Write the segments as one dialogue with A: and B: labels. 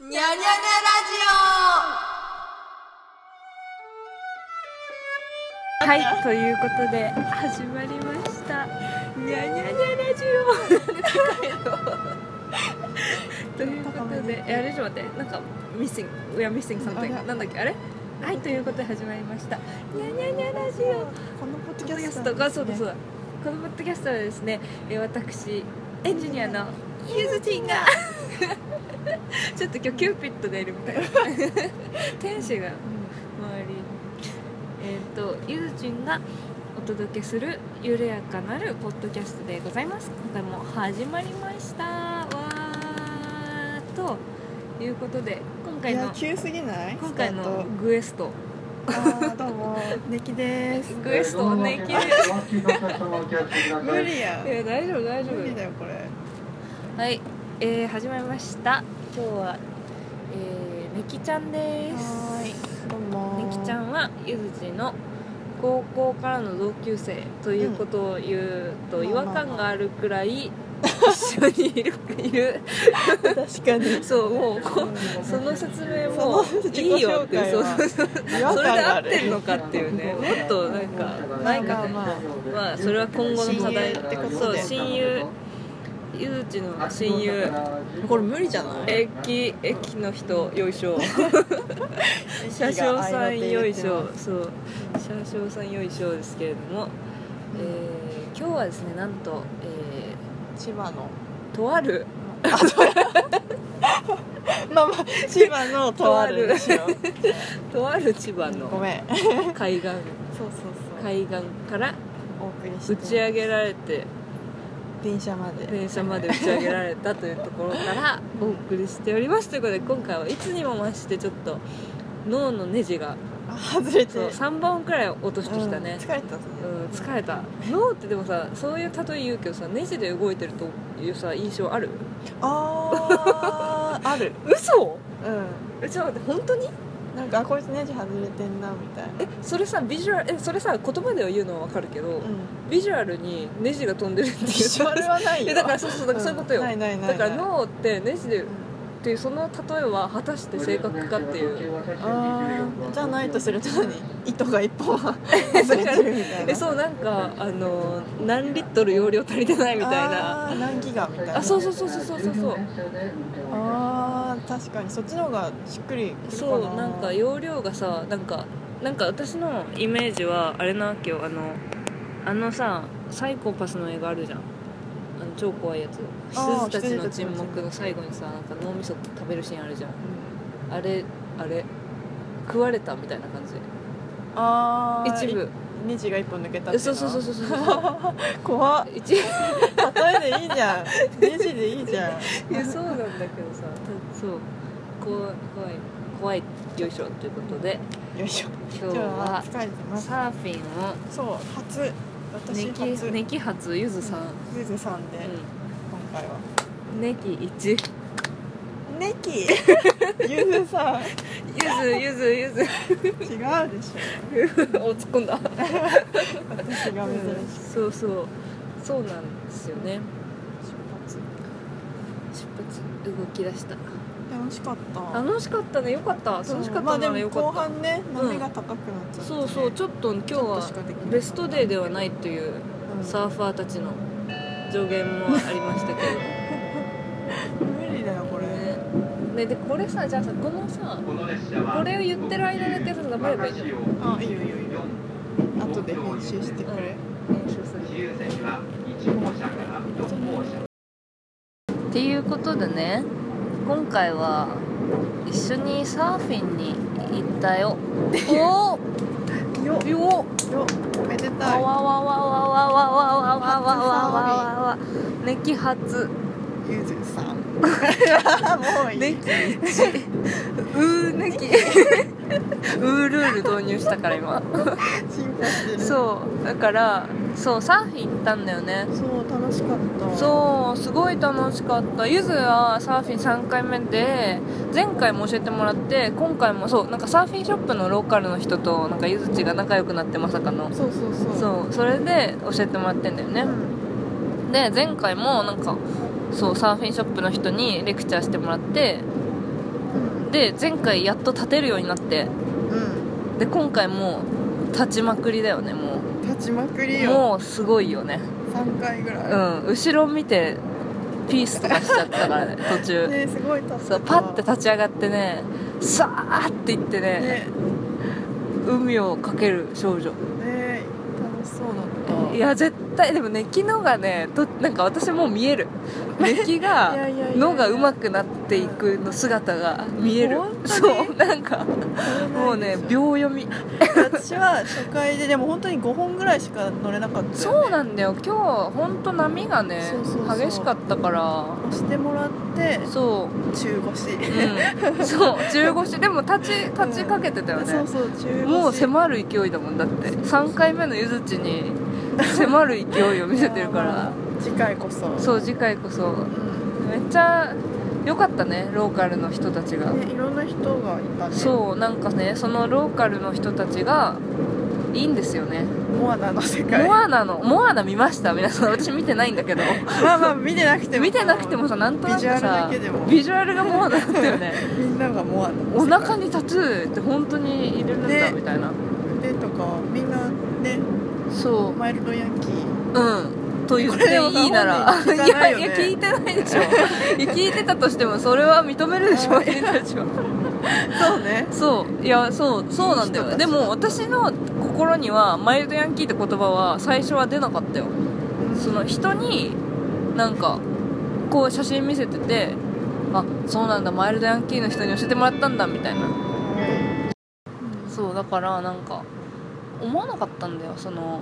A: にゃにゃにゃラ
B: はい、ということで始まりました。にゃにゃにゃラジオ。ということで、えあれちょっと待って、なんかミッシング、we are missing something なんだっけあれ？はい、ということで始まりました。にゃにゃにゃラジオ。
C: このポ
B: ポ
C: ッドキ
B: ッドキ
C: ャ
B: ャ
C: ス
B: ス
C: ト
B: ト
C: が
B: が
C: そ
B: そうう
C: だ
B: だそ
C: そ
B: うう
C: だ
B: だ。このポッドキャストはですね、えー私エンジニアのゆずちんがちょっと今日キューピッドがいるみたいな天使が周りにえっ、とゆずちんがお届けする緩やかなるポッドキャストでございます今回も始まりましたわーということで今回
C: いや
B: の
C: 急すぎない
B: 今
C: 今
B: 回
C: 回の
B: のグエスト
C: どうもネキです
B: グエストをね切る
C: 無理や
B: いや大丈夫大丈
C: 無
B: 夫
C: 理だよこれ
B: はい、えー、始まりました。今日は、えー、めきちゃんです。
C: どうも
B: め
C: ネ
B: き
C: キ
B: ち
C: ちゃ
B: ゃ
C: ん
B: んはゆずちの高校からの同級生ということを言うと、
C: うん
B: 違和感があるくらい一緒にいるい る。
C: 確かに
B: そうもうこその説明も
C: その自己
B: いいよっていう。
C: 紹介は
B: そうそうそう
C: 違和
B: それ
C: 感
B: で
C: が
B: 合
C: あ
B: っ
C: る
B: てるのかっていうね。もっとなんかないか
C: まあ
B: ね。
C: まあ
B: まあそれは今後の課題
C: 親友ってこと
B: そう
C: で
B: 親友ゆずちの親
D: 親
B: 友
D: 友
C: これ無理じゃない
B: 駅駅の人よいしょ。車
C: 車
B: 掌
C: 掌
B: さ
C: さん
B: んよ
C: よ
B: い
C: い
B: し
C: し
B: ょ
C: ょ
B: そう車掌さんよいしょですけれども、えー今日はですねなんと、え
C: 千葉の
B: ーとある
C: まあまあ千葉のとあるでしょ
B: とある千葉
C: ご
B: の
C: めん
B: 海岸
C: そうそうそう
B: 海岸から
C: お送りして
B: 打ち上げられて
C: 電車まで
B: 電車まで打ち上げられたというところからお送りしておりますということで今回はいつにも増してちょっと脳のネジが
C: あ外れて
B: そう3本くらい落としてきたね
C: うん、疲れたね
B: うん、疲れた脳ってでもさそういう例え言うけどさネジで動いてるというさ印象ある
C: あーある
B: 嘘
C: う
B: えちょっと待って本当に
C: んなんかあこいつネジ外れてんなみたいな
B: えそれさビジュアルえそれさ言葉では言うのは分かるけど、
C: うん
B: ビジュアルにネジが飛んでるっていう
C: ビジュアルはない
B: い
C: よ
B: やだからそうそうだからそういうことよ、
C: んないないないな
B: だ
C: い
B: から脳ってネジでっ
C: う
B: ていうその例えは果たして正確かっていう
C: あーじゃないとすると何糸が一 本は外れてるみたいな
B: えそうなんかあの何リットル容量足りてないみたいな
C: あー何ギガみたいな
B: あそうそうそうそうそうそうそう
C: あー確かにそっちの方がしっくりくるかな
B: そうなんか容量がさなんかなんか私のイメージはあれなわけよあのあのさサイコパスの映画あるじゃんあの超怖いやつ
C: あー
B: 羊たちの
C: 羊た
B: 沈
C: ちの沈黙
B: 黙の最後にさなんか脳みそ食べるシーンあるじゃん
C: うん
B: あれあれ食われたみたいな感じ
C: あー
B: 一部
C: ネジが一本抜けたっていう
B: そ
C: の
B: うそうそうそうそう そう
C: 怖っ
B: 一部
C: 例えでいいじゃんネジでいいじゃん
B: いやそうなんだけどさそうこう怖い怖いよいしょということで
C: よいしょ
B: 今
C: 今
B: 日
C: 日は
B: は
C: 疲れてます
B: サーフィンを
C: そう初私
B: ネ
C: 初
B: キネキ発ゆずさん、
C: ゆずさんで、今
B: う
C: 回は
B: ん、ネキ一ゆず
C: ネキゆずさん
B: ゆずゆず
C: 違うでし
B: お突っ込んだ、
C: ょ私が珍しい
B: そうそうそうなんですよね
C: 出
B: 出発動き出した
C: 発楽しかった
B: 楽しかったねよかった楽しかった
C: ま
B: な
C: あ
B: ら
C: で
B: よ
C: も
B: かった、
C: 後半ね
B: うん
C: 波が高くなっちゃって、ね
B: そうそうちょっと今日
C: ちょっとしかできなか
B: は
C: った
B: ベストデーではないという
C: うん
B: サーファーたちの助言もありましたけど
C: 無理だよ これ
B: ねねでこれさじゃあさこのさ
D: これを言ってる間だけその頑張ればいいじゃん
C: あいいよいいよいいよ後で編集してくれ、
B: 練習するっていうことでね今回は一緒にサーフィンに行ったよおお
C: よ
B: よ
C: よおめで
B: わ
C: たい
B: わわわわわわわわわわわわわネキ発
C: ゆず さんもういい、
B: ネキうーネ キうールール導入したから今
C: 進化してるう
B: そうだからそうサーフィン行ったんだよね
C: そう楽しかった
B: そうすごい楽しかったゆずはサーフィン3回目で前回も教えてもらって今回もそうなんかサーフィンショップのローカルの人となんかゆずちが仲良くなってまさかの
C: そうそうそう
B: そうそれで教えてもらってんだよね
C: うん
B: で前回もなんかそうサーフィンショップの人にレクチャーしてもらってで前回やっと立てるようになって
C: うん
B: で今回もう立ちまくりだよねも
C: 立ちまく
B: う
C: りよ
B: もうすごいよね
C: 3回ぐ
B: う
C: ら
B: ん後ろ見てピースとかしちゃったからね途
C: い、
B: 中
C: ねすごい立ってた
B: そうパッて立ち上がってねさーって行ってね
C: ね
B: 海をかける少女
C: ね楽しそうだった
B: いや絶対でもね昨日がねとなんか私もう見え る根気が
C: いやいやいやいや
B: のが上手くなっていくの姿が見える
C: 本当に
B: そうなんかもうね
C: 病
B: 秒読み
C: 私は初回ででも本当に5本ぐらいしか乗れなかったよ、ね、
B: そうなんだよ今日本当波がね
C: そうそうそう
B: 激しかったから
C: 押してもらって
B: そう、
C: 中腰、
B: うん、そう中腰でも立ち立ちかけてたよね、
C: そうそう中腰
B: もう迫る勢いだもんだって3回目のゆずちに迫る勢いを見せてるか
C: いや
B: ら
C: ー次回こそ
B: そう次回こそ
C: うん
B: めっちゃ良かったねローカルの人たちが、
C: ねいろんな人がいたね
B: そうなんかねそのローカルの人たちがいいんですよね
C: モアナの世界
B: モアナのモアナ見ました皆さん私見てないんだけど
C: まあまあ見てなくても
B: 見てなくてもさなんとなく
C: ビジュア
B: さ
C: ルだけでも
B: ビジュアルがモアナだったよね
C: みんながモアナの
B: お
C: 世界
B: 腹にタトゥーって本当に入れるんだ
C: ね
B: みたいな、
C: 腕とかみんなね
B: そう
C: マイルドヤンキー
B: うんと言っていいなら
C: これでも
B: い
C: 聞か
B: や
C: ないよ
B: い
C: ね
B: や聞いてないでし ょいや聞いてたとしてもそれは認めるでしょ君たちは
C: そうね
B: そういやそうそうなんだ
C: いい
B: よ
C: 人
B: で
C: たちだ
B: も私の心にはマイルドヤンキーって言葉は最初は出なかったよその人になんかこう写真見せててあそうなんだマイルドヤンキーの人に教えてもらったんだみたいなそうだからなんか思わなかったんだよその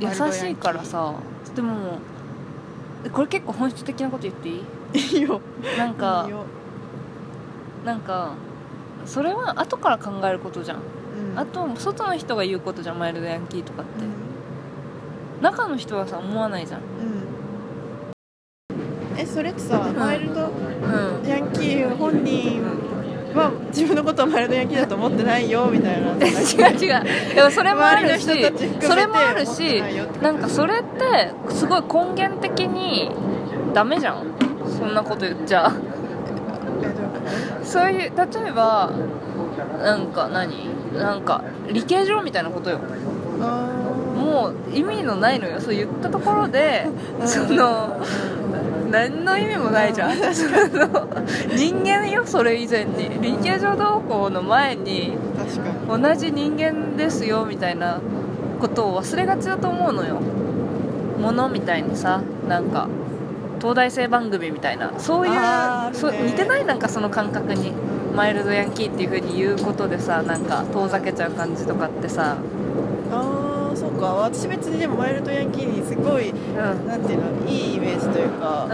B: 優しいからさでもえこれ結構本質的なこと言っていい
C: いいよ
B: なんか
C: いいよ
B: なんかそれは後から考えることじゃん
C: うん
B: あと外の人が言うことじゃんマイルドヤンキーとかっ
C: う
B: て、
C: ん
B: 中の人はさ思わないじゃん
C: うんえそれってさ
B: ん
C: マイルド
B: うん
C: ヤンキー本人は自分のことをマイルドヤンキーだと思ってないよみ たいな
B: 違う違うでもそれもあるし
C: 周りの人たち含めて
B: それもある
C: 思って
B: し
C: ないよってこと
B: なんかそれってすごい根源的にダメじゃんそんなこと言っちゃうそういう例えばなんか何なんか理系上みたいなことよ
C: あ
B: もう意味のないのよそう言ったところで、
C: うん
B: その何の意味もないじゃん、 その人間よそれ以前に理系上同行の前に
C: ー確かに
B: 同じ人間ですよみたいなことを忘れがちだと思うのよものみたいにさなんか東大生番組みたいなそういう
C: あーあるね
B: そう似てないなんかその感覚にマイルドヤンキーっていう風に言うことでさなんか遠ざけちゃう感じとかってさ、
C: あーそうか私別にでもマイルドヤンキーにすごい
B: うん
C: なんていうのいいイメージというか、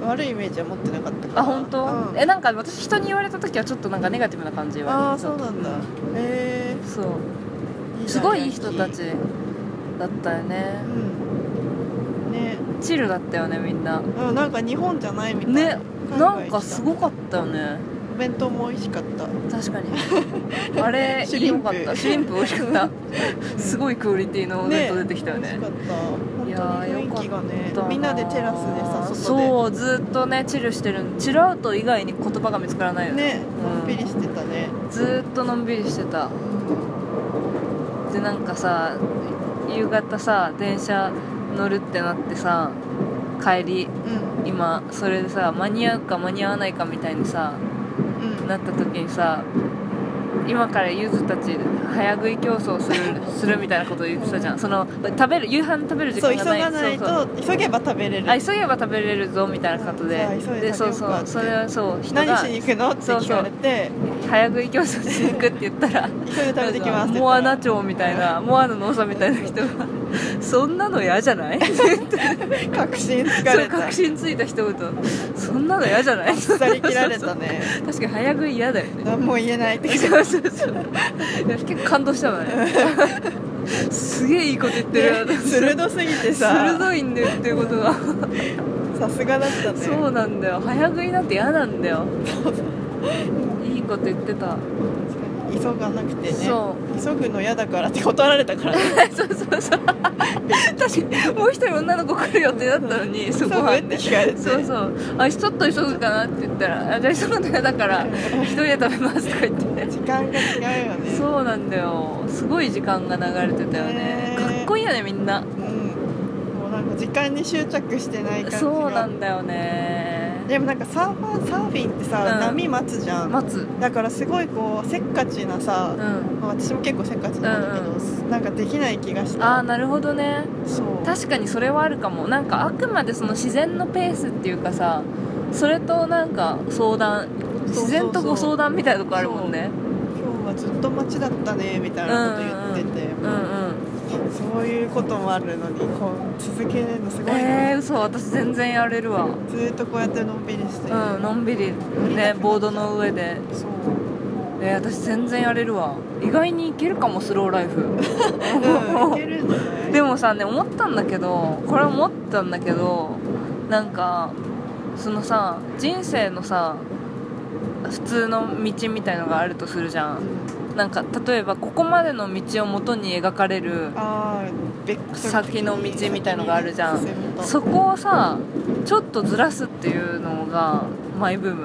B: うん、
C: 悪いイメージは持ってなかったから
B: あ本当、
C: うん
B: えなんか私人に言われた時はちょっとなんかネガティブな感じ言われ
C: あ
B: た
C: あそうなんだへ
B: そう
C: え
B: すごいいい人たちだったよね
C: うんね
B: チルだったよねみんな
C: うんなんか日本じゃないみたいな
B: ねなんかす
C: す
B: ごかったよね
C: お弁当も美味しかった
B: 確か にあれ
C: シュリ
B: よ
C: ン
B: か
C: プ
B: ったシュリンプ美味しかったすごいクオリティのお弁当出てきたよね
C: 美味しか
B: いやー
C: った本当に雰囲気がね
B: だな
C: みんなでテラスでさ外
B: そうずっとねチルしてるチルアウト以外に言葉が見つからない
C: で
B: よ
C: ね
B: うん
C: のんびりしてたね
B: ずーっとのんびりしてたでなんかさ夕方さ電車乗るってなってさ帰り
C: うん
B: 今それでさ間に合うか間に合わないかみたいにさ
C: うん
B: なった時にさ今からゆずたち早食い競争するするみたいなことを言ってたじゃんその食べる夕飯食べる時
C: そう
B: 間
C: 急
B: がない
C: がない
B: そうそう
C: と急げば食べれる
B: あ急げば食べれるぞみたいなことで
C: うんさあ急いで
B: でそう
C: 食べよう
B: そ
C: かっ
B: う
C: て
B: それはそう人
C: 何
B: が
C: しに行くのって
B: そうそう
C: 聞かれて
B: 早食い競争しに行くって言ったら
C: 急いで食べてきますって言ったら
B: モアナ町みたいなモアナの長みたいな人がそんなの嫌じゃ ない
C: 確信つか
B: それ
C: れた
B: 確信ついた一言そんなの嫌じゃない
C: 腐り切られたね
B: そうそう確かに早食い嫌だよね
C: 何も言えないって
B: そうそうそういや結構感動したわねすげえいいこと言ってる な
C: 鋭すぎてさ
B: 鋭いんだよっていうことが
C: さすがだったね
B: そうなんだよ早食いなんて嫌なんだよいいこと言ってた、
C: 急がなくてね
B: そ
C: 急ぐの嫌だからって断られたからね
B: うそうそうそう確かにもう一人女の子来るよってなったのに
C: 急
B: そ
C: ぐ
B: こは
C: って聞かれて
B: そうそうあちょっと急ぐかなって言ったらあじゃあ急ぐの嫌だから一人で食べますとか言って
C: 時間が違うよね
B: そうなんだよすごい時間が流れてたよね
C: ね
B: かっこいいよねみんな
C: うんもうなんか時間に執着してない感じが
B: そうなんだよね
C: でもなんかサーファーサーフィンってさ、
B: うん
C: 波待つじゃん、
B: 待つ
C: だからすごいこうせっかちなさ、
B: うん
C: まあ私も結構せっかちなんだけど、なんかできない気がして
B: ああなるほどね
C: そう
B: 確かにそれはあるかもなんかあくまでその自然のペースっていうかさそれとなんか相談自然とご相談みたいなとこあるもんね
C: 今日はずっと待ちだったねみたいなこと言ってて、
B: うんうん
C: そういうこともあるのにこう続けるのすごいな、
B: えー、嘘私全然やれるわ
C: ずーっとこうやってのんびりして、
B: うんのんびりねボードの上で
C: そう
B: えー、私全然やれるわ意外にいけるかもスローライフ
C: うんいけるんじゃない
B: でもさね思ったんだけどこれ思ったんだけどなんかそのさ人生のさ普通の道みたいのがあるとするじゃんなんか例えばここまでの道を元に描かれる
C: あーベクトル的
B: 先
C: に
B: の道みたいのがあるじゃん
C: 進むと
B: そこをさちょっとずらすっていうのがマイブー ム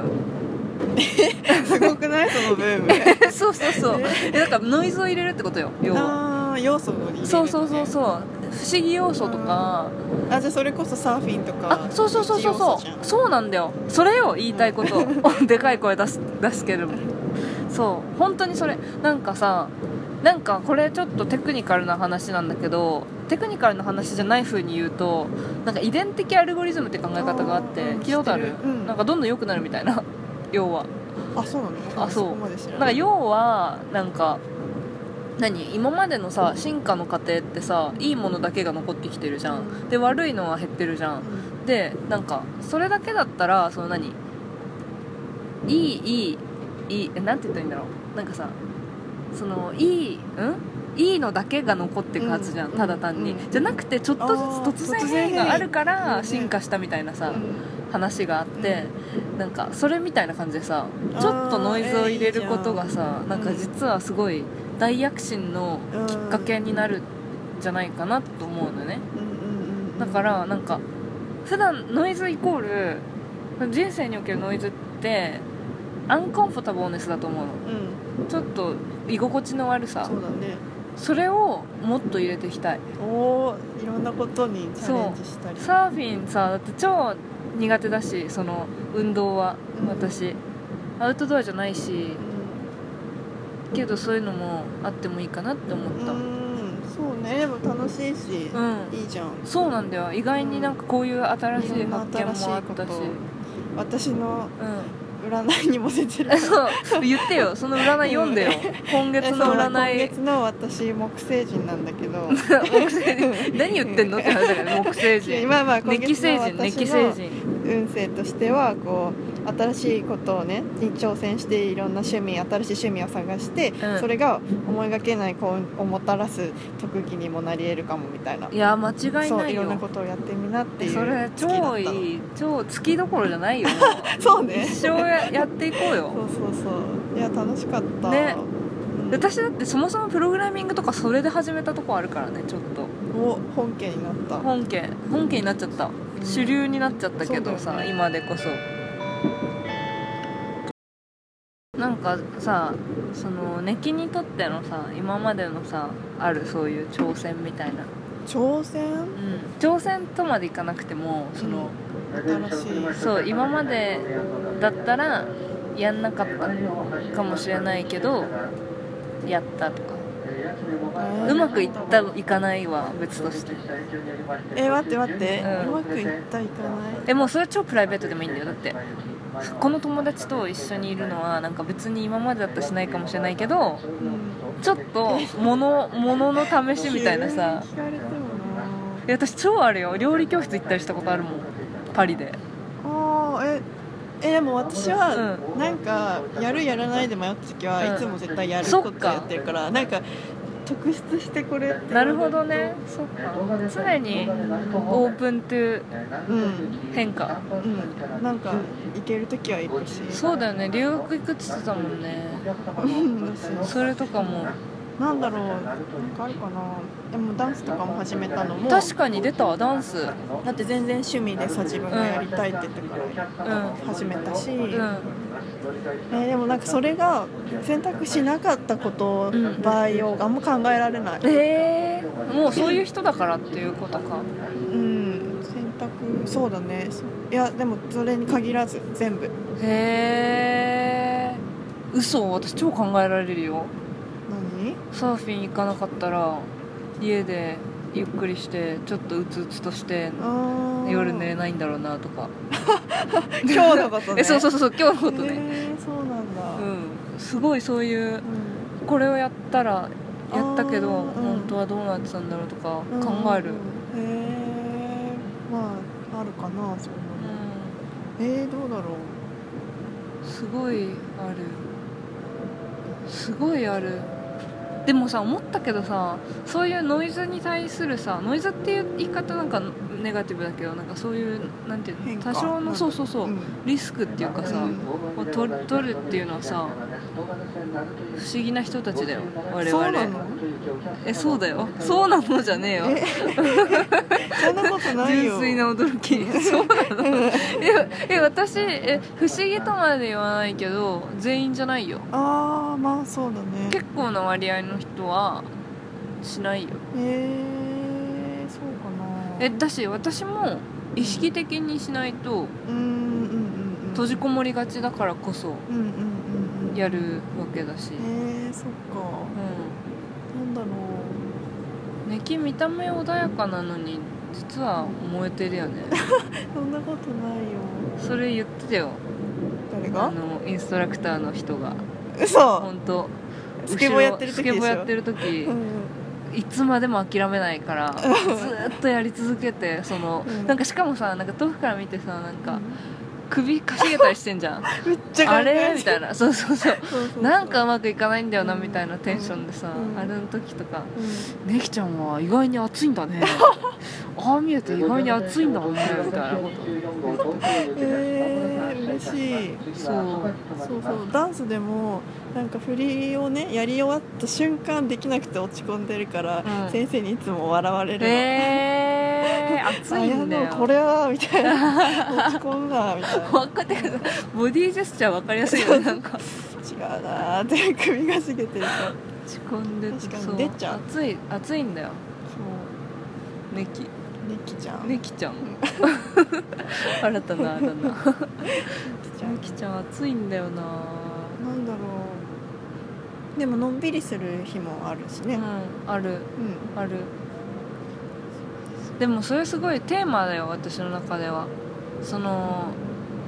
C: すごくないそのブーム
B: そうそうそうえだからノイズを入れるってことよ要は
C: ああ要素も入れる、ね、
B: そうそうそうそう不思議要素とか
C: あじゃあそれこそサーフィンとか
B: あそうそうそうそう
C: 一
B: そ
C: 要
B: う
C: 素
B: そうなんだよそれを言 いたいことでかい声出す出すけどもそう本当にそれなんかさなんかこれちょっとテクニカルな話なんだけどテクニカルな話じゃない風に言うとなんか遺伝的アルゴリズムって考え方があって
C: あーうん
B: 聞いたことある
C: 知ってるうん
B: なんかどんどん良くなるみたいな要は
C: じゃんあそうなの
B: あそう
C: こまで知ら
B: なんか
C: ない
B: 要はなんか何今までのさ進化の過程ってさいいものだけが残ってきてるじゃんで悪いのは減ってるじゃん
C: うん
B: でなんかそれだけだったらその何いいいいいいえなんて言ったらいいんだろうなんかさそのいいんいいのだけが残っていくはずじゃん、
C: うん
B: ただ単に、
C: うん
B: じゃなくてちょっとずつ突
C: あー
B: 然
C: 突然
B: 変があるか
C: 変
B: ら
C: 異
B: 進化したみたいなさ、
C: うん
B: 話があって、なんかそれみたいな感じでさちょっとノイズを入れることがさ、
C: ー
B: なんか実はすごい大躍進のきっかけになるんじゃないかなと思うのね、
C: うんうんうん
B: だからなんか普段ノイズイコール人生におけるノイズってアンコンフォタボーネスだと思うの
C: うん
B: ちょっと居心地の悪さ
C: そうだね
B: それをもっと入れていきたい
C: おーいろんなことにチャレンジしたり
B: サーフィンさだって超苦手だしその運動は
C: うん
B: 私アウトドアじゃないし
C: う
B: けどそういうのもあってもいいかなって思っ
C: ん
B: た
C: うんそうねでも楽しいし、
B: うん
C: いいじゃん
B: そうなんだよ意外になんかこういう新しい
C: いろんな
B: 発見もあったし
C: 新しいこと私の
B: うん
C: 占いにも出てる
B: えそう言ってよその占い読んでよ今月の占
C: え
B: い
C: そう今月の私木星人なんだ けど
B: 木星人何言ってんのって話だから木星人
C: 今まあ今
B: 熱気星
C: 月の
B: 人熱気
C: 私
B: 星
C: の
B: 人
C: 運勢としてはこう新しいことをねに挑戦していろんな趣味新しい趣味を探して、
B: うん
C: それが思いがけない幸運をもたらす特技にもなり得るかもみたいない
B: や間違い
C: そう
B: ないい
C: ろんなこ
B: よ
C: とをやってみなっていう
B: それ
C: 月だったの
B: 超いい超月どころじゃないよ
C: そう
B: 一
C: ね
B: 生ややっていこう
C: そ
B: よ
C: うそうそういや楽しかった
B: ね
C: うん
B: 私だってそもそもプログラミングとかそれで始めたとこあるからねちょっと
C: お本家になった
B: 本家本家になっちゃった
C: ん
B: 主流になっちゃったけど
C: そう
B: さ、
C: だよね
B: 今でこそなんかさそのネキにとってのさ今までのさあるそういう挑戦みたいな、
C: 挑戦
B: うん、挑戦とまでいかなくてもその、
C: 新しい
B: そう今までだったらやんなかったかもしれないけどやったとか
C: うん
B: うまくいったいかないは別として
C: え待って待って、
B: う
C: うんまくいったいかない
B: えもうそれは超プライベートでもいいんだよだってこの友達と一緒にいるのはなんか別に今までだったらしないかもしれないけど
C: うん
B: ちょっと物物の試しみたいなさ
C: 急に聞かれてもな
B: え私超あるよ料理教室行ったりしたことあるもんパリで
C: あーええでも私は
B: う
C: なんかやるやらないで迷った時は
B: うん
C: いつも絶対やる
B: そ
C: こ
B: っ
C: と
B: か
C: やってるからなんか特筆してこれって
B: なるほどねそっか常にオープントゥ
D: うん
B: 変化
C: うんなんか行ける時は行くし
B: そうだよね留学行くって言ってたもん ね
D: うん
B: それとかも
C: なんだろうなんかあるかなでもダンスとかも始めたのも
B: 確かに出たわダンス
C: だって全然趣味でさ自分がやりたいって言ってから
B: うん
C: 始めたし、
B: うん
C: えーでもなんかそれが選択しなかったこと
B: うん
C: 場合をあんま考えられない、
B: えー、もうそういう人だからっていうことか
C: うん、選択そうだねそいやでもそれに限らず全部
B: へえ嘘私超考えられるよ
C: 何
B: サーフィン行かなかったら家でゆっくりしてちょっとうつうつとして
C: あー
B: 夜寝れないんだろうなとか
C: 今日のこと ね
B: えそうそうそう今日の
C: え
B: ことね、
C: ーそうなんだ、
B: うんすごいそういうこれをやったらやったけど
C: あーうん
B: 本当はどうなってたんだろうとか
C: うん
B: 考える、
C: へえー、まああるかなそういうのえー、どうだろう
B: うんすごいあるすごいあるでもさ思ったけどさそういうノイズに対するさノイズっていう言い方なんかネガティブだけどなんかそういうなんていう
C: 変
B: の
C: 化
B: 多少
C: う
B: の
C: ん
B: そうそうそう、
C: うん
B: リスクっていうかさ、
C: うん
D: を取る取るっていうのはさ
B: 不思議な人たちだよ我
C: そうな
B: 々
C: の
B: えそうだよそうなのじゃねえよ
C: えそんなことない
B: 純
C: よ
B: 粋な驚 きそうなのえ え私え不思議とまで言わないけど全員じゃないよ
C: ああまあそうだね
B: 結構な割合の人はしないよ
C: えー、そうかな
B: えだし私も意識的にしないと
C: うんうんうんうん
B: 閉じこもりがちだからこそ
C: うんうんうんうん
B: やるわけだし、
C: えー、そっか
B: う
C: なんだろ
B: んねき見た目穏やかなのに実は燃えてるよ ね
C: うそんなことないよ
B: それ言ってたよ
C: 誰
B: あ
C: が
B: のインストラクターの人が
C: 嘘
B: 本当
C: スケボーやってる時
B: スケボーやってる
C: る
B: 時
C: うん
B: いつまでも諦めないからずーっとやり続けてその、
C: うん
B: なんかしかもさなんか遠くから見てさなんか首かしげたりしてんじゃ ん
C: めっちゃ
B: あ
C: 考えてる
B: れみたいなそうそうそう
C: そうそうそう
B: なんかうまくいかないんだよなみたいなテンションでさ、
C: うん
B: あれの時とか
C: う
B: 「ねきちゃんは意外に熱いんだ ね」ああ見えて意外に熱いんだもんねみたいなこと
D: えー、嬉しい
B: そう
C: うんそうそうダンスでもなんか振りをねやり終わった瞬間できなくて落ち込んでるから、
B: うん
C: 先生にいつも笑われるの、
B: えー、熱いんだ
C: あ
B: よ
C: やだこれはみた いな落ち込んだみたいな
B: 分かってくるボディジェスチャー分かりやすいよねなんか
C: 違うなーって首がしげてるからそう
B: 落ち込んで
C: 確かに
B: そう
C: 出ちゃう
B: 熱い熱いんだよねき
C: ネキちゃん
B: ねきちゃん 新たなあだな
C: ネキちゃ
B: ね
C: ん
B: きちゃん熱いんだよな
C: なんだろうでものんびりする日もあるし
B: う
C: ね
B: んある
C: うん、
B: あるでもそれすごいテーマだよ私の中ではその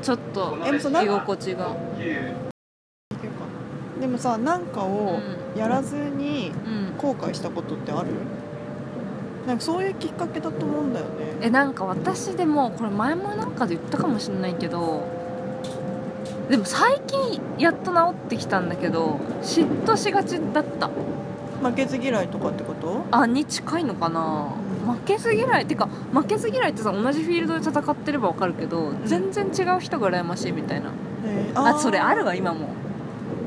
B: ちょっと
D: えそんな
B: 居心地が
C: っていうかでもさなんか
B: う
C: を
B: ん
C: やらずに
B: うん
C: 後悔したことってあるなんかそういうきっかけだと思うんだよね
B: えなんか私でもこれ前もなんかで言ったかもしれないけどでも最近やっと治ってきたんだけど嫉妬しがちだった
C: 負けず嫌いとかってこと
B: あに近いのかな負けず嫌いってか負けず嫌いってさ同じフィールドで戦ってれば分かるけど、全然違う人が羨ましいみたいな
C: えー
B: あ
C: ー
B: それあるわ今も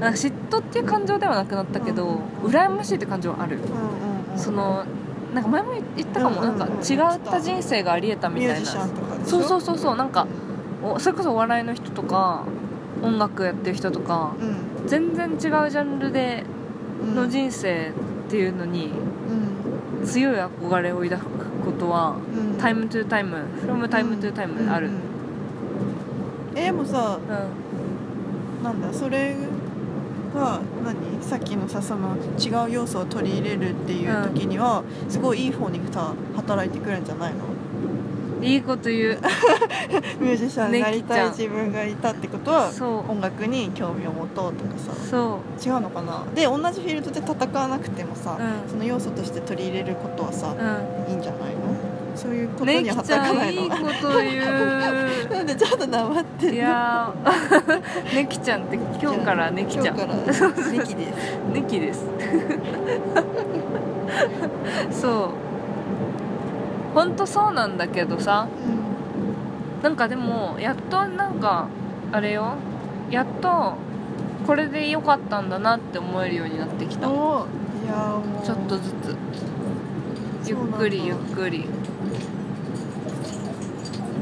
B: なんか嫉妬っていう感情ではなくなったけど、羨ましいって感情はある
C: うんうんうん
B: そのなんか前も言ったかも、
C: うんうんうん
B: なんか違った人生がありえたみ
C: ミュ
B: た
C: ー
B: い
C: ジシャ
B: な
C: ンとかでし
B: そ
C: ょ
B: うそうそうそうなんかおそれこそお笑いの人とか音楽やってる人とか
C: うん
B: 全然違うジャンルで
C: うん
B: の人生っていうのに
C: うん
B: 強い憧れを抱くことは
C: うん
B: タイムトゥータイムフロムタイムトゥータイムである、
C: う
B: うんん
C: えでもさなんだそれが何さっきのさその違う要素を取り入れるっていう時には、すごいいい方にさ働いてくるんじゃないの
B: いいこと言う
C: ミュージシャンになりたい
B: ねきち
C: 自分がいたってことは
B: そ
C: 音楽に興味を持とうとかさ
B: うそ
C: 違うのかなで同じフィールドで戦わなくてもさ
B: う、うん
C: その要素として取り入れることはさ、
B: う
C: いいんじゃないのそういうこと
B: ん
C: に
B: ねき
C: は働
B: ちゃ
C: かなんいの
B: いいこと言
C: なんでちょっと黙ってん
B: う
C: の
B: いやー ねきちゃんって今日からねき
C: 今
B: ち
C: 日
B: ゃん
C: からネキです
B: ねきですそう本当そうなんだけどさなんかでもやっとなんかあれよやっとこれで良かったんだなって思えるようになってきたち
C: おいやーもう
B: ょっとずつゆっくり
C: そう
B: ゆっ
C: なんだ
B: くり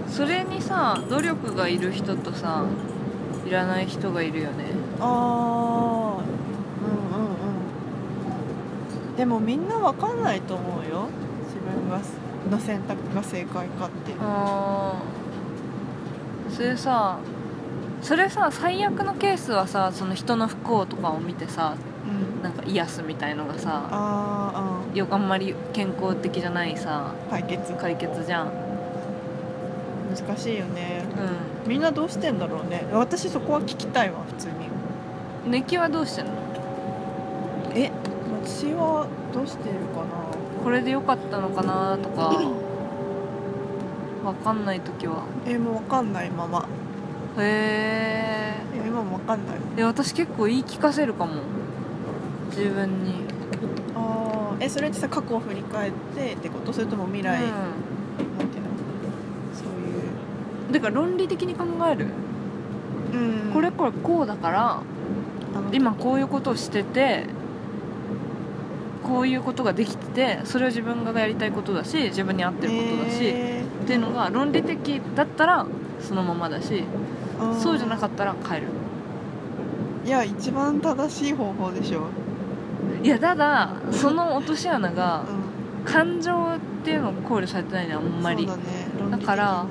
B: それにさ努力がいる人とさいらない人がいるよね
C: ああうんうんうんでもみんなわかんないと思うよ自分がの選択が正解かっていう
B: あーそれさそれさ最悪のケースはさその人の不幸とかを見てさ
C: うん
B: なんか癒すみたいのがさ
C: あー
B: よあんまり健康的じゃないさ
C: あー解決
B: 解決じゃん
C: 難しいよね
B: う
C: みんなどうしてんだろうね私そこは聞きたいわ普通に
B: んネキはどうしてんの
C: え私はどうしてるかな
B: これで良かったのかなと かわかんない時は
C: えもうわかんないまま
B: へ
C: え今もわかんない
B: え私結構言い聞かせるかも自分に
C: あーえそれってさ過去を振り返ってってことそれとも未来、なんていうのそう
B: うん、だから論理的に考える、
C: いう、
B: これこれこうだから
C: あの
B: 今こういうことをしててこういうことができててそれは自分がやりたいことだし自分に合ってることだし、
C: え
B: っていうのが論理的だったらそのままだし
C: ーあー
B: そうじゃなかったら帰る
C: いや一番正しい方法でしょ、
B: いやただその落とし穴が
C: うん、
B: 感情っていうのが考慮されてないねあんまり
C: そ
B: だ
C: うだね論理
B: だ
C: 的
B: から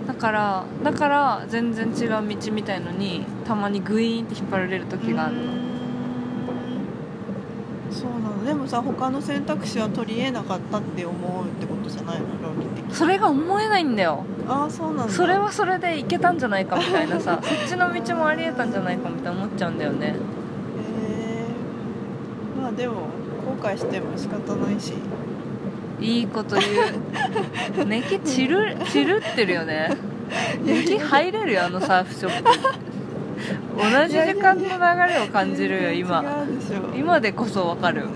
C: になって
B: からだから全然違う道みたいのにたまにグイーンって引っ張られる時がある
C: う
B: の
C: ーんそうなのでもさ他の選択肢は取り得なかったって思うってことじゃないの論理的に
B: それが思えないんだよ
C: ああそうなんだ
B: それはそれでいけたんじゃないかみたいな さそっちの道もありえたんじゃないかみたいな思っちゃうんだよね
C: えー、まあでも後悔しても仕方ないし
B: いいこと言うネキチ ルチルってるよねネキ入れるよあのサーフショップ同じ時間の流れを感じるよ今
C: 全然違うでしょ
B: 今でこそわかる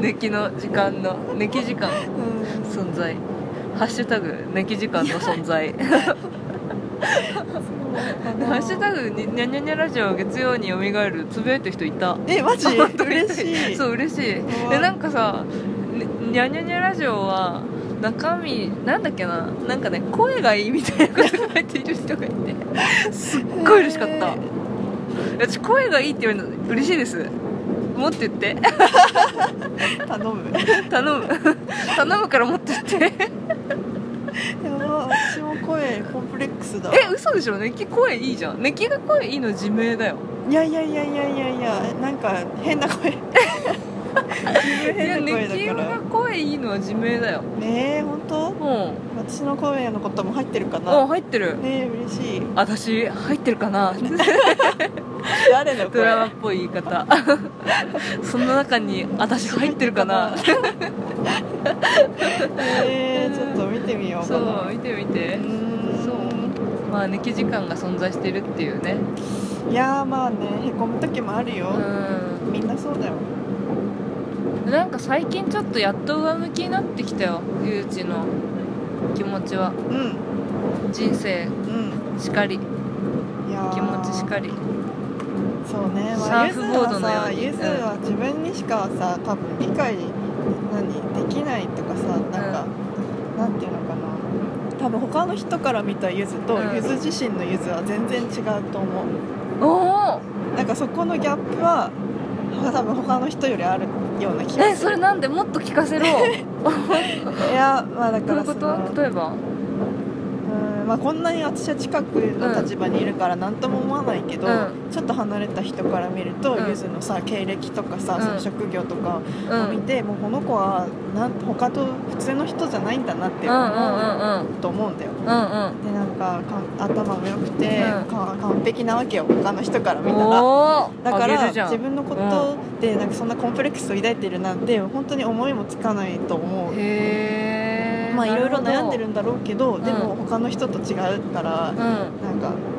B: ネキの時間のネキ時間
C: うんそう
B: 存在ハッシュタグネキ時間の存 在ハ
C: かな
B: ッシュタグにニャニャニャラジオ月曜によみがえるつぶやいてる人いた
C: えマ ジ嬉しい
B: そう嬉しい
C: わ
B: でなんかさ「ににゃにゃにゃラジオ」は中身なんだっけななんかね声がいいみたいなこと書いている人がいてすっごい嬉しかっ
C: へ
B: た私声がいいって言われるの嬉しいです持ってって
C: ー頼む
B: 頼 む頼むから持ってって
C: やば私も声コンプレックスだ
B: え嘘でしょネキ声いいじゃんネキが声いいの自明だよ
C: いやいやいやいやいやいやなんか変な 声自分
B: いや
C: 変な
B: ネ
C: 声
B: キ
C: だか
B: が
C: ら
B: 声いいのは自明だよ
C: ねえ本当
B: も
C: 私の声のことも入ってるか
B: うもう
C: なね
B: 入ってる
C: え嬉しい
B: 私入ってるかな
C: 誰の声
B: ドラマっぽい言い 方その中に私入ってるか な
C: えー、ちょっと見てみようか
B: そ
C: な
B: う見て見て
C: うーん
B: そうまあ抜き時間が存在してるっていうね
C: いやーまあねへこむ時もあるよ、
B: う
C: みんなそうだよ
B: んなんか最近ちょっとやっと上向きになってきたよゆうちの気持ちは
C: うん
B: 人生
C: うん
B: しかり
C: いやー
B: 気持ちしかり
C: そうね、
B: サーフボードのように
C: ゆずはさゆずは自分にしかさ多分理解何できないとかさなんか、なんていうのかな多分他の人から見たゆずと、
B: うん
C: ゆず自身のゆずは全然違うと思う
B: おお
C: なんかそこのギャップは多分他の人よりあるような気が
B: え
C: す
B: そ
C: る
B: れなんでもっと聞かせ ろ
C: いやまあだ
B: ど
C: か
B: ういう
C: ら
B: こ
C: その
B: と例えば
C: うんまあ、こんなに私は近くの立場にいるから何とも思わないけど、
B: う
C: ちょっと離れた人から見ると、
B: うん
C: ゆずのさ経歴とかさ、
B: うん
C: その職業とか
B: う
C: を
B: んう
C: 見
B: ん
C: て、もうこの子はなん他と普通の人じゃないんだなって
B: うんうんうん
C: 思うと思うんだよ。
B: うんうん
C: でなんかかん頭も良くて、
B: うん
C: か完璧なわけよ他の人から見たら。
B: おお
C: だか
B: あげ
C: ら
B: るじゃん
C: 自分のことでなんかそんなコンプレックスを抱いているなんて本当に思いもつかないと思う
B: へね
C: まあいろいろ
B: な
C: 悩
B: ほ
C: ん
B: ど
C: でるんだろうけど、
B: ん
C: でも他の人と違うから、
B: うん
C: なんか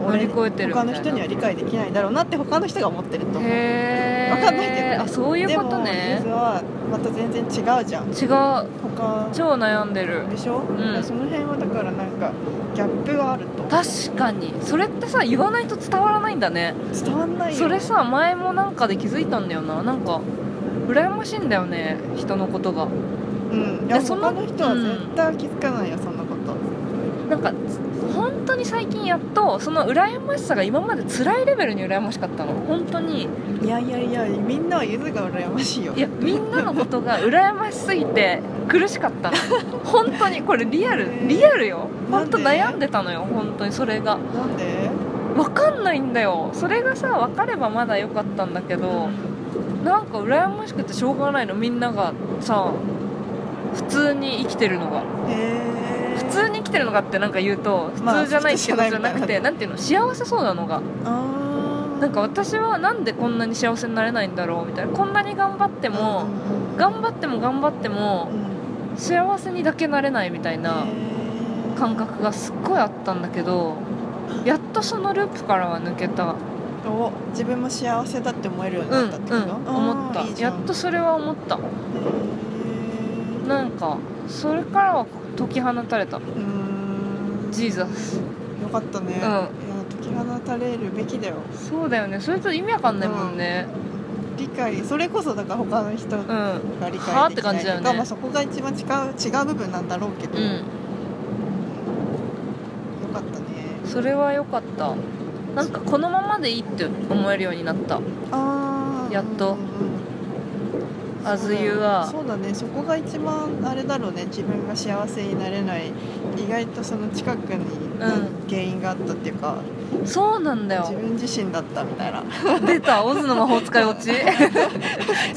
B: 乗り
C: 俺
B: 越えてるみた
C: 他
B: いな
C: の人には理解できないだろうなって他の人が思ってると思う
B: へ
C: わかんないけどね
B: あそういうことね
C: でも水はまた全然違うじゃん
B: 違う超
C: 他
B: 悩んでる
C: でしょ、
B: ん
C: だからその辺はだからなんかギャップがあると
B: 確かにそれってさ言わないと伝わらないんだね
C: 伝わんないよ
B: それさ前もなんかで気づいたんだよななんか羨ましいんだよね人のことが
C: うんい
B: で
C: や
B: そ
C: そ
B: の
C: の他の人は絶対気づかないよ、そんなこと
B: なんか本当に最近やっとその羨ましさが今まで辛いレベルに羨ましかったの本当に
C: いやいやいやみんなはゆずが羨ましいよ
B: いやみんなのことが羨ましすぎて苦しかった の本当にこれリアルリアルよ本当
C: なんで
B: 悩んでたのよ本当にそれが
C: なんで
B: 分かんないんだよそれがさ分かればまだ良かったんだけどなんか羨ましくてしょうがないのみんながさ普通に生きてるのが
C: へー
B: 普通に生きてるのがってなんか言うと普
C: まあ
B: 通じゃないってことじゃなく
C: 普通じ
B: て
C: ゃ
B: なんていうの幸せそうなのが
C: あー
B: なんか私はなんでこんなに幸せになれないんだろうみたいなこんなに頑張って
C: う
B: も
C: んうん
B: 頑張っても頑張っても
C: うん
B: 幸せにだけなれないみたいな
C: へー
B: 感覚がすっごいあったんだけどやっとそのループからは抜けた
C: お自分も幸せだって思えるように
B: うんう
C: なんったってこと、
B: 思った
C: あーいいじゃ
B: や
C: ん
B: っとそれは思った
C: へー
B: なんかそれからは解き放たれた
C: うーん
B: ジーザス
C: よかったね、
B: ん
C: いや解き放たれるべきだよ
B: そうだよねそれと意味わかんないもんね
C: 理解それこそだから他の人
B: う
C: が
B: ん
C: 理
B: はあ
C: 解
B: っ
C: で
B: て
C: きな
B: 感
C: い
B: じ
C: と
B: だ
C: か、
B: よね
C: まあ、そこが一番違う違う部分なんだろうけど、
B: う
C: よ
B: ん
C: かったね
B: それは良かったなんかこのままでいいって思えるようになった
C: あー
B: やっと
C: うんうんうん
B: As you are
C: そうだねそうだねそこが一番あれだろうね自分が幸せになれない意外とその近くに
B: ん
C: 原因があったっていうか、
B: そうなんだよ
C: 自分自身だったみたいな
B: 出たオズの魔法使い 落ち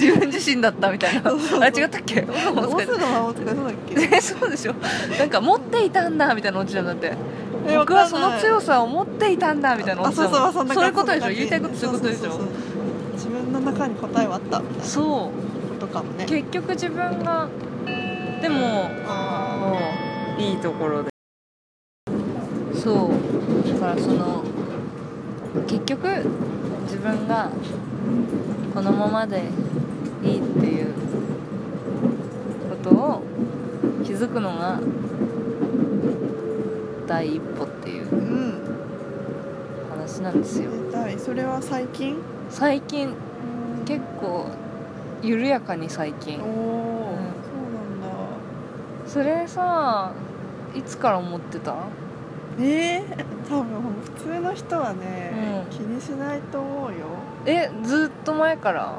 B: 自分自身だったみたいなあ違ったっけオズの魔法
C: オ
B: 使い
C: スの魔法とかそうだっ け
B: えそうでしょなんか持っていたんだみたいなオチなんだって
C: え
B: 僕はそ
C: わかん
B: の
C: ない
B: 強さを持っていたんだみたいなオ
C: あ
B: チ
C: そうそうそんな
B: そういうこ
C: 感じ
B: とでしょ
C: そんな感じ
B: 言いたいことそういうことでし
C: そ
B: ょ
C: うそうそう自分の中に答えはあったみたいな
B: そ
C: ことかもね
B: う結局自分がでも
C: あ
B: もういいところでそうだからその結局自分がこのままでいいっていうことを気づくのが第一歩ってい
C: ー
B: う
C: うん
B: 話なんですよ
C: 出たいそれは最近
B: 最近結構緩やかに最近
C: おお、
B: うん
C: そうなんだ
B: それさいつから思ってた
C: えー、多分普通の人はね、
B: うん
C: 気にしないと思うよ
B: えずっと前から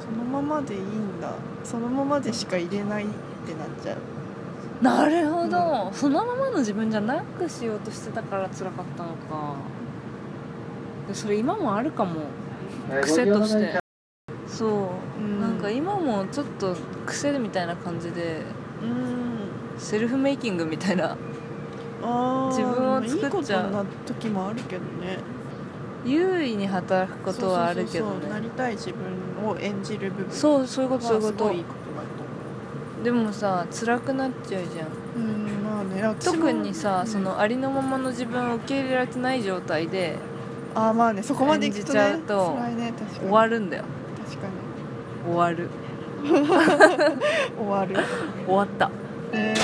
C: そのままでいいんだそのままでしか入れないってなっちゃう
B: なるほど、そのままの自分じゃなくしようとしてたから辛かったのかでそれ今もあるかも癖としてそうう、
C: ん
B: なんか今もちょっと癖みたいな感じで
C: うん
B: セルフメイキングみたいな
C: あー
B: 自分を作っちゃう
C: いいことな時もあるけどね
B: 優位に働くことはあるけど
C: そうそうそうそうな
B: ね
C: りたい自分を演じる部分
B: そうそういうことそういうこ
C: すご
B: と
C: いいいことだと思う
B: でもさ辛くなっちゃうじゃん
C: うんまあね私も
B: 特にさ
C: うん
B: そのありのままの自分を受け入れられてない状態で
C: あーまあねそこまでいくとね
B: 演じちゃうと
C: 辛いね確か
B: 終
C: に
B: わるんだよ
C: 確か
B: 終
C: に
B: わる
C: 終わる
B: 終わった
C: え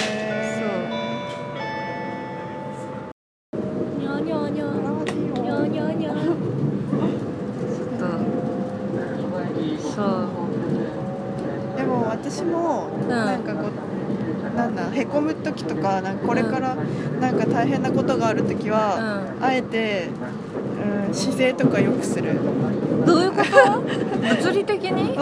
C: ー、
B: にゃーにゃーにゃー
C: そうし
B: にゃーにゃーにゃーちょっとそう
C: でも私も
B: ん
C: なんかこう、なんだへこむ時とかなんかこれからなんか大変なことがある時は、
B: う
C: あえて、うん、姿勢とかよくする、うん、
B: ん、どういうこと物理的に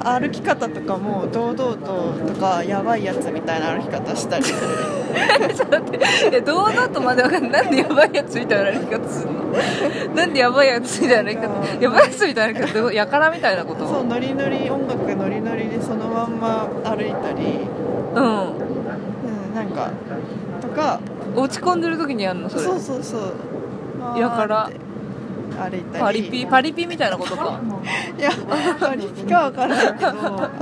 C: 歩き方とかも堂々ととかやばいやつみたいな歩き方したりする
B: ちょっと待っていや堂々とまでわかんないなんでやばいやつみたいな歩き方するのなんでやばいやつみたいな歩き方やばいやつみたいな歩き方ってやからみたいなこと
C: そうノリノリ音楽ノリノリでそのまんま歩いたり、
B: うん
C: うん、なんかとか
B: 落ち込んでる時にやるのそれ
C: そうそうそう
B: やから
C: あーってあれ行ったり
B: パリピパリピみたいなことか
C: いやパリピかわからないけど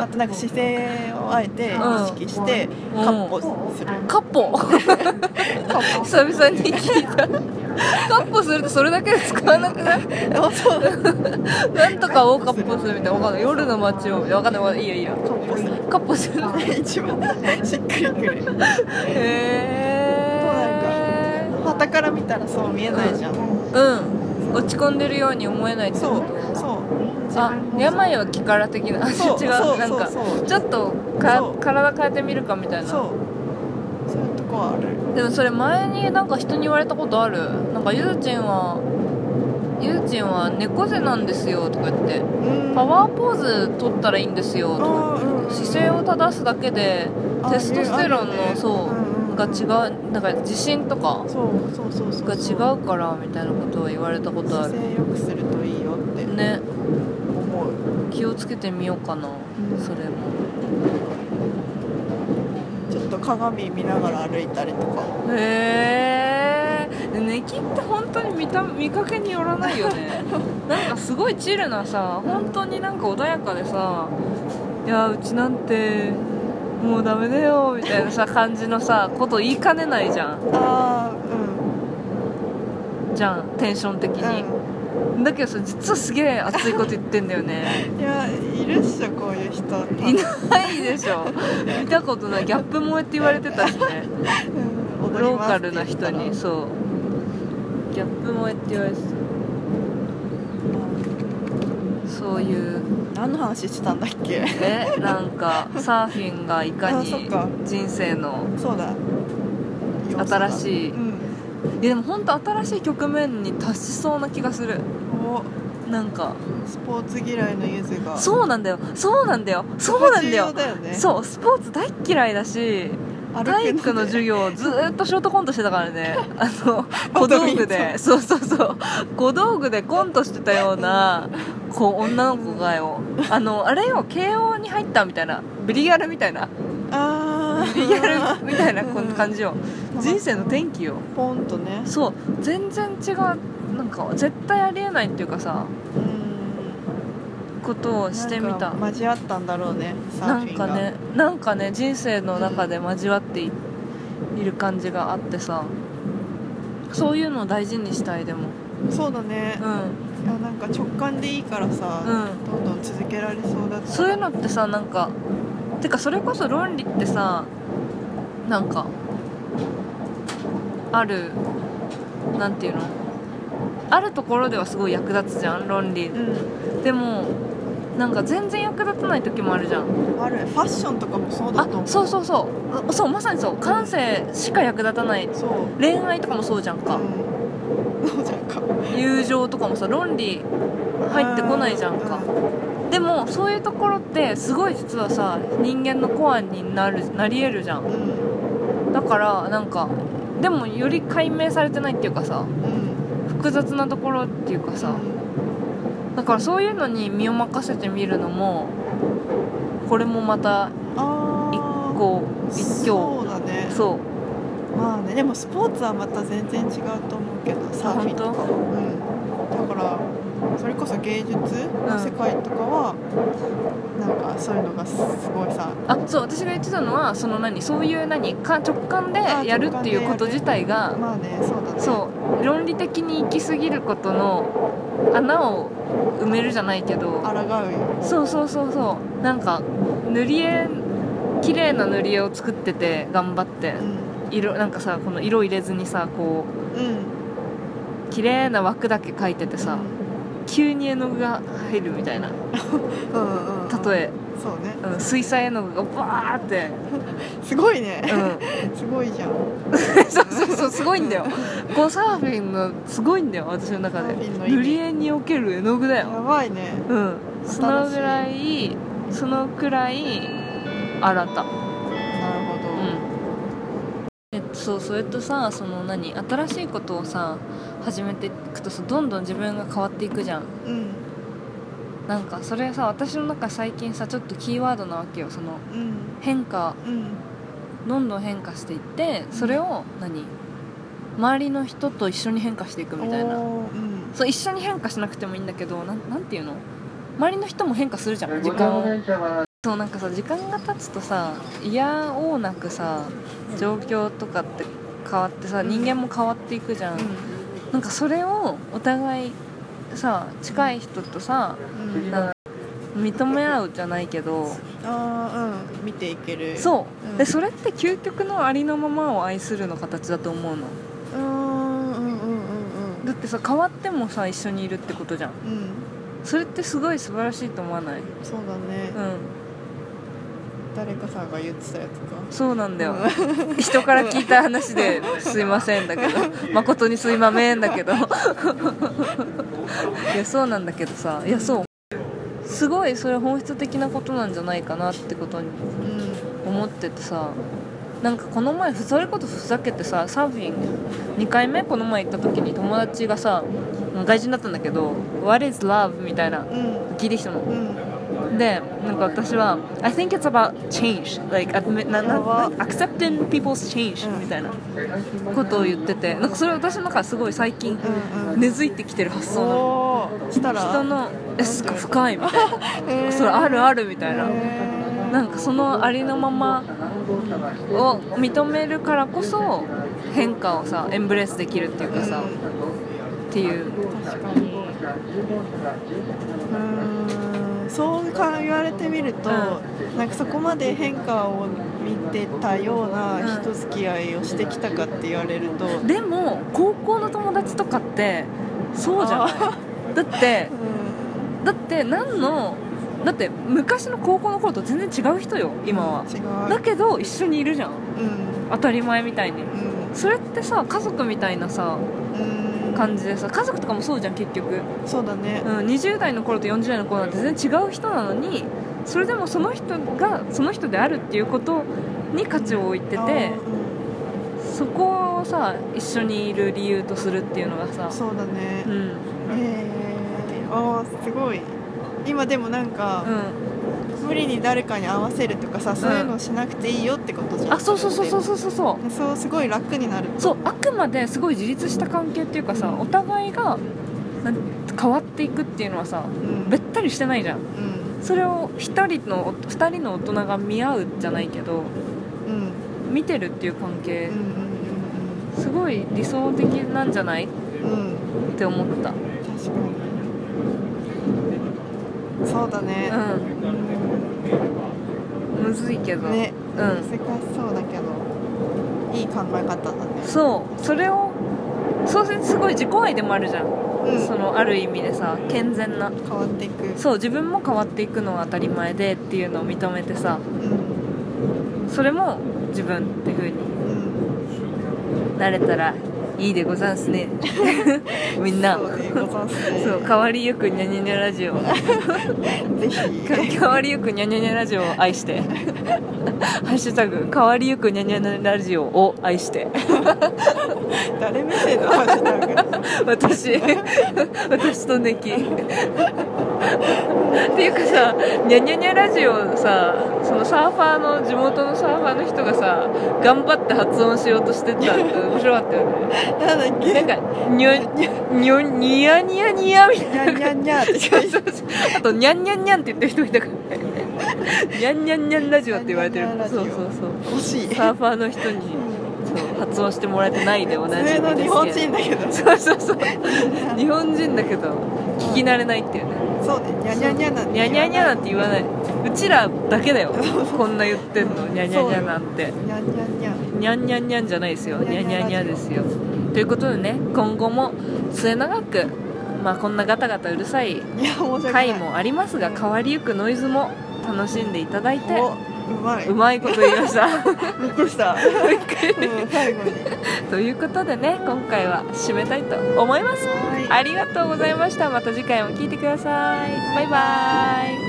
C: あとなんか姿勢をあえて意識して
B: うん
C: カッポする、
B: カッポ久々に聞いたカッポするとそれだけで使わなくない
C: あそう
B: なんとかをカッポするみたいなわかんない夜の街をわかんないわかんないいいよいいよ
C: カッポする
B: カッポする
C: 一番しっくりくる
B: へえ
C: 傍から見たらそう見えないじゃん、
B: うん落ち込んでるように思えないってこ
C: そう
B: と
C: そう
B: あ病は気から的な 違う
C: そうそう
B: なんか
C: そうそう
B: ちょっとか
C: そう
B: 体変えてみるかみたい
C: そ
B: な
C: うそういうとこはある
B: でもそれ前になんか人に言われたことあるなんかゆずちんはゆずちんは猫背なんですよとか言って
C: うん
B: パワーポーズ取ったらいいんですよとか
C: あーうん
B: 姿勢を正すだけで
C: あ
B: テストステロン
C: あるよ
B: の
C: ね
B: そうが違うなんか自信とか
C: そうそうそうそう
B: が違うからみたいなことを言われたことあ
C: 姿
B: る
C: 勢良くするといいよって
B: ね
C: 思う、
B: 気をつけてみようかなそれも
C: ちょっと鏡見ながら歩いたりとか
B: へえネキって本当に見た見かけによらないよ ねなんかすごいチルなさ本当になんか穏やかでさ「いやうちなんてもうダメだよ」みたいな さ感じのさこと言いかねないじゃん
C: ああうん
B: じゃんテンション的に、
C: う
B: だけどさ実はすげえ熱いこと言ってんだよね
C: んいやいるっしょこういう人
B: いないでしょ見たことないギャップ萌えって言われてたしね
C: うん踊りますっ
B: ローカ
C: て言ったら
B: ルな人にそうギャップ萌えって言われてたそういう
C: 何の話したんだっけ
B: えなんかサーフィンがいか
C: あ
B: に
C: そっか
B: 人生の
C: そうだ
B: 新
C: い、
B: しい
C: うん、
B: いやでも本当新しい局面に達しそうな気がする
C: お
B: なんか
C: スポーツ嫌いのゆずが
B: そうなんだよそうなんだよそうなんだ
C: こ
B: よ
C: こ重要だよね
B: そうスポーツ大っ嫌いだし
C: 歩くで
B: 体育の授業ずーっとショートコントしてたから ねあの小
C: バド
B: 道
C: ミント
B: 具
C: ン
B: でそうそうそう小道具でコントしてたようなこう女の子がよあのあれよ慶応に入ったみたいなビリギャルみたいな
C: ああ
B: ビリギャルみたいな
C: うん
B: こんな感じよ人生の転機よ
C: ポンとね
B: そう全然違うなんか絶対ありえないっていうかさ
C: うん
B: ことをしてみ
C: な
B: た
C: んか交わったんだろうねサ
B: な
C: ー
B: ん
C: フィン
B: か
C: が
B: ねなんかね人生の中で交わってい,、る感じがあってさそういうのを大事にしたいでも
C: そうだね
B: う、ん
C: いやなんか直感でいいからさ、
B: うん
C: どんどん続けられそうだった
B: そういうのってさなんかてかそれこそ論理ってさなんかあるなんていうのあるところではすごい役立つじゃん論理
C: う
B: でもなんか全然役立たない時もあるじゃん
C: んあるファッションとかもそうだ
B: あ
C: と思う
B: そうそうそううそうまさにそう感性しか役立たない
C: そう
B: 恋愛とかもそうじゃんか、
C: うんそうじゃんか
B: 友情とかもさ論理入ってこないじゃんか
C: う
B: でもそういうところってすごい実はさ人間のコアになるなり得るじゃん
C: うん
B: だからなんかでもより解明されてないっていうかさ
C: うん
B: 複雑なところっていうかさだからそういうのに身を任せてみるのもこれもまた
C: あ
B: 一
C: ー
B: 個一興
C: そうだね
B: そう
C: まあねでもスポーツはまた全然違うと思うけどサーフィンとかは、うん、だからそれこそ芸術の世界とかは、なんかそういうのがすごいさ
B: あそう私が言ってたのはその何そういう何か直感でやるっていうこと自体が
C: まあねそうだね
B: そう論理的に行き過ぎることの穴を埋めるじゃないけど
C: 抗うよ
B: そうそうそうそうなんか塗り絵綺麗な塗り絵を作ってて頑張って
C: うん
B: 色なんかさこの色入れずにさこ
C: うん
B: う綺麗な枠だけ描いててさ急に絵の具が入るみたいな
C: うんうん
B: 例え、
C: そうね
B: うん、水彩絵の具がバーって、
C: すごいね、
B: うん、
C: すごいじゃん
B: そうそうそうすごいんだよ こうサーフィンのすごいんだよ私の中で
C: サーフィンの意味
B: 塗り絵における絵の具だよ
C: やばいね
B: うんそのぐらいそのくらい新た
C: なるほど、
B: えっと、そうそれとさその何新しいことをさ始めていくとさどんどん自分が変わっていくじゃん
C: うん
B: なんかそれさ私の中最近さちょっとキーワードなわけよその
C: うん
B: 変化
C: うん
B: どんどん変化していってそれを何周りの人と一緒に変化していくみたいな
C: おーうん
B: そう一緒に変化しなくてもいいんだけどなんなんていうの周りの人も変化するじゃん時
D: 時
B: 間
D: 間
B: を
D: を
B: そうなんかさ時間が経つとさ嫌おうなくさ状況とかって変わってさ人間も変わっていくじゃん、なんかそれをお互いさ近い人とさ
C: うんうん、
B: なんか認め合うじゃないけど
C: あーうん見ていけるう
B: そう、
C: ん
B: でそれって究極のありのままを愛するの形だと思うの
C: うーんうんうんうん
B: だってさ変わってもさ一緒にいるってことじゃん
C: うんうん
B: それってすごい素晴らしいと思わない
C: そうだね、
B: うん
C: 誰かさんが言ってたやつか
B: そうなんだよ、人から聞いた話ですいませんだけど誠にすいまめんだけどいやそうなんだけどさいやそうすごいそれ本質的なことなんじゃないかなってことに
C: うん
B: 思っててさなんかこの前それこそふざけてさサーフィン2回目この前行った時に友達がさ外人だったんだけど「What is love?」みたいな
C: うん
B: 聞いてきたの
C: うん
B: でなんか私は「I think it's about change like admi- なな
C: やば
B: accepting people's change
C: う」ん
B: みたいなことを言っててなんかそれ私の中ですごい最近
C: うんうん
B: 根付いてきてる発想なの
C: おーしたら
B: 人の「えすごい深い」みたいな「それある
C: る
B: ある」みたいななんかそのありのままを認めるからこそ変化をさエンブレスできるっていうかさ、っていう
C: 確かにうーんそうか言われてみると、なんかそこまで変化を見てたような人付き合いをしてきたかって言われると、うん
B: でも高校の友達とかってそうじゃんだってだって何のだって昔の高校の頃と全然違う人よ今は
C: 違
B: だ
C: う
B: けど一緒にいるじゃん
C: うん
B: 当たり前みたいに
C: うん
B: それってさ家族みたいなさ
C: うん
B: 感じでさ家族とかもそうじゃん結局、
C: そうだね
B: うん、20代の頃と40代の頃なんて全然違う人なのにそれでもその人がその人であるっていうことに価値を置いて
C: あ
B: て
C: ーうん
B: そこをさ一緒にいる理由とするっていうのがさ
C: そうだね
B: う、ん
C: えー、あーすごい今でもなんか、
B: うん
C: 無理に誰かに合わせるとかさ、そういうのしなくていいよってことじゃん
B: あそうそうそうそうそうそうそう
C: そうすごい楽になる
B: そうあくまですごい自立した関係っていうかさ、
C: うん
B: お互いがなん変わっていくっていうのはさ
C: うん
B: べったりしてないじゃん
C: うん
B: それを一人の2人の大人が見合うじゃないけど
C: うん
B: 見てるっていう関係
C: うんうん
B: すごい理想的なんじゃないっ
C: うんうんうん
B: て思った
C: 確かにそうだね、
B: うんむずいけど、
C: ね
B: うん
C: 難しそうだけどいい考え方だね
B: そうそれをそうせすごい自己愛でもあるじゃん、
C: うん
B: そのある意味でさ健全な
C: 変わっていく
B: そう自分も変わっていくのは当たり前でっていうのを認めてさ
C: うん
B: それも自分って風に
C: うん
B: なれたらいいでござんす ねみんな
C: そうでござんすね
B: そう変わりゆくにゃにゃにゃラジオ
C: ぜひ
B: 変わりゆくにゃにゃにゃラジオを愛 して「ハッシュタグ変わりゆくにゃにゃにゃラジオを愛して
C: 誰目線の話だから
B: 私私とネキ」っていうかさにゃにゃにゃラジオさそのサーファーの地元のサーファーの人がさ頑張って発音しようとしてたって面白かったよね
C: なんだっけ
B: なんか、にょ、にょ、にやにやにやみたい
C: にゃんにゃんにゃーって言って
B: な。あと、にゃんにゃんにゃんって言ってる人がいたからね。にゃんにゃんにゃんラジオって言われてる
C: にゃんにゃ。ん
B: そ
C: ラ
B: う
C: ジオ
B: そうそう。
C: 欲しい
B: サーファーの人に、そう、発音してもらえてないで同じみ
C: 上
B: で
C: の
B: すけ
C: 日本人だけど
B: そうそうそう。日本人だけど、聞き慣れないっていうね。
C: そうねにゃにゃにゃなんて
B: にゃにゃにゃなん
C: て
B: て言わない。うちらだけだよ。こんな言ってんの、にゃにゃにゃなんて。
C: にゃ
B: にゃ
C: にゃにゃ
B: んにゃんにゃんじゃないですよに
C: に
B: ゃ
C: ゃ
B: ん
C: ん
B: にゃ
C: にゃ
B: ん
C: ん
B: に
C: に
B: ゃ
C: ゃ
B: ん
C: ん
B: ですよということでね今後も末永くまあこんなガタガタうるさい
C: いや申し訳ない
B: 回もありますが変わりゆくノイズも楽しんでいただいて
C: おうまいう
B: まいこと言いました
C: びっくりしたうん最後に
B: ということでね今回は締めたいと思います
C: はい
B: ありがとうございましたまた次回も聞いてくださいバイバイ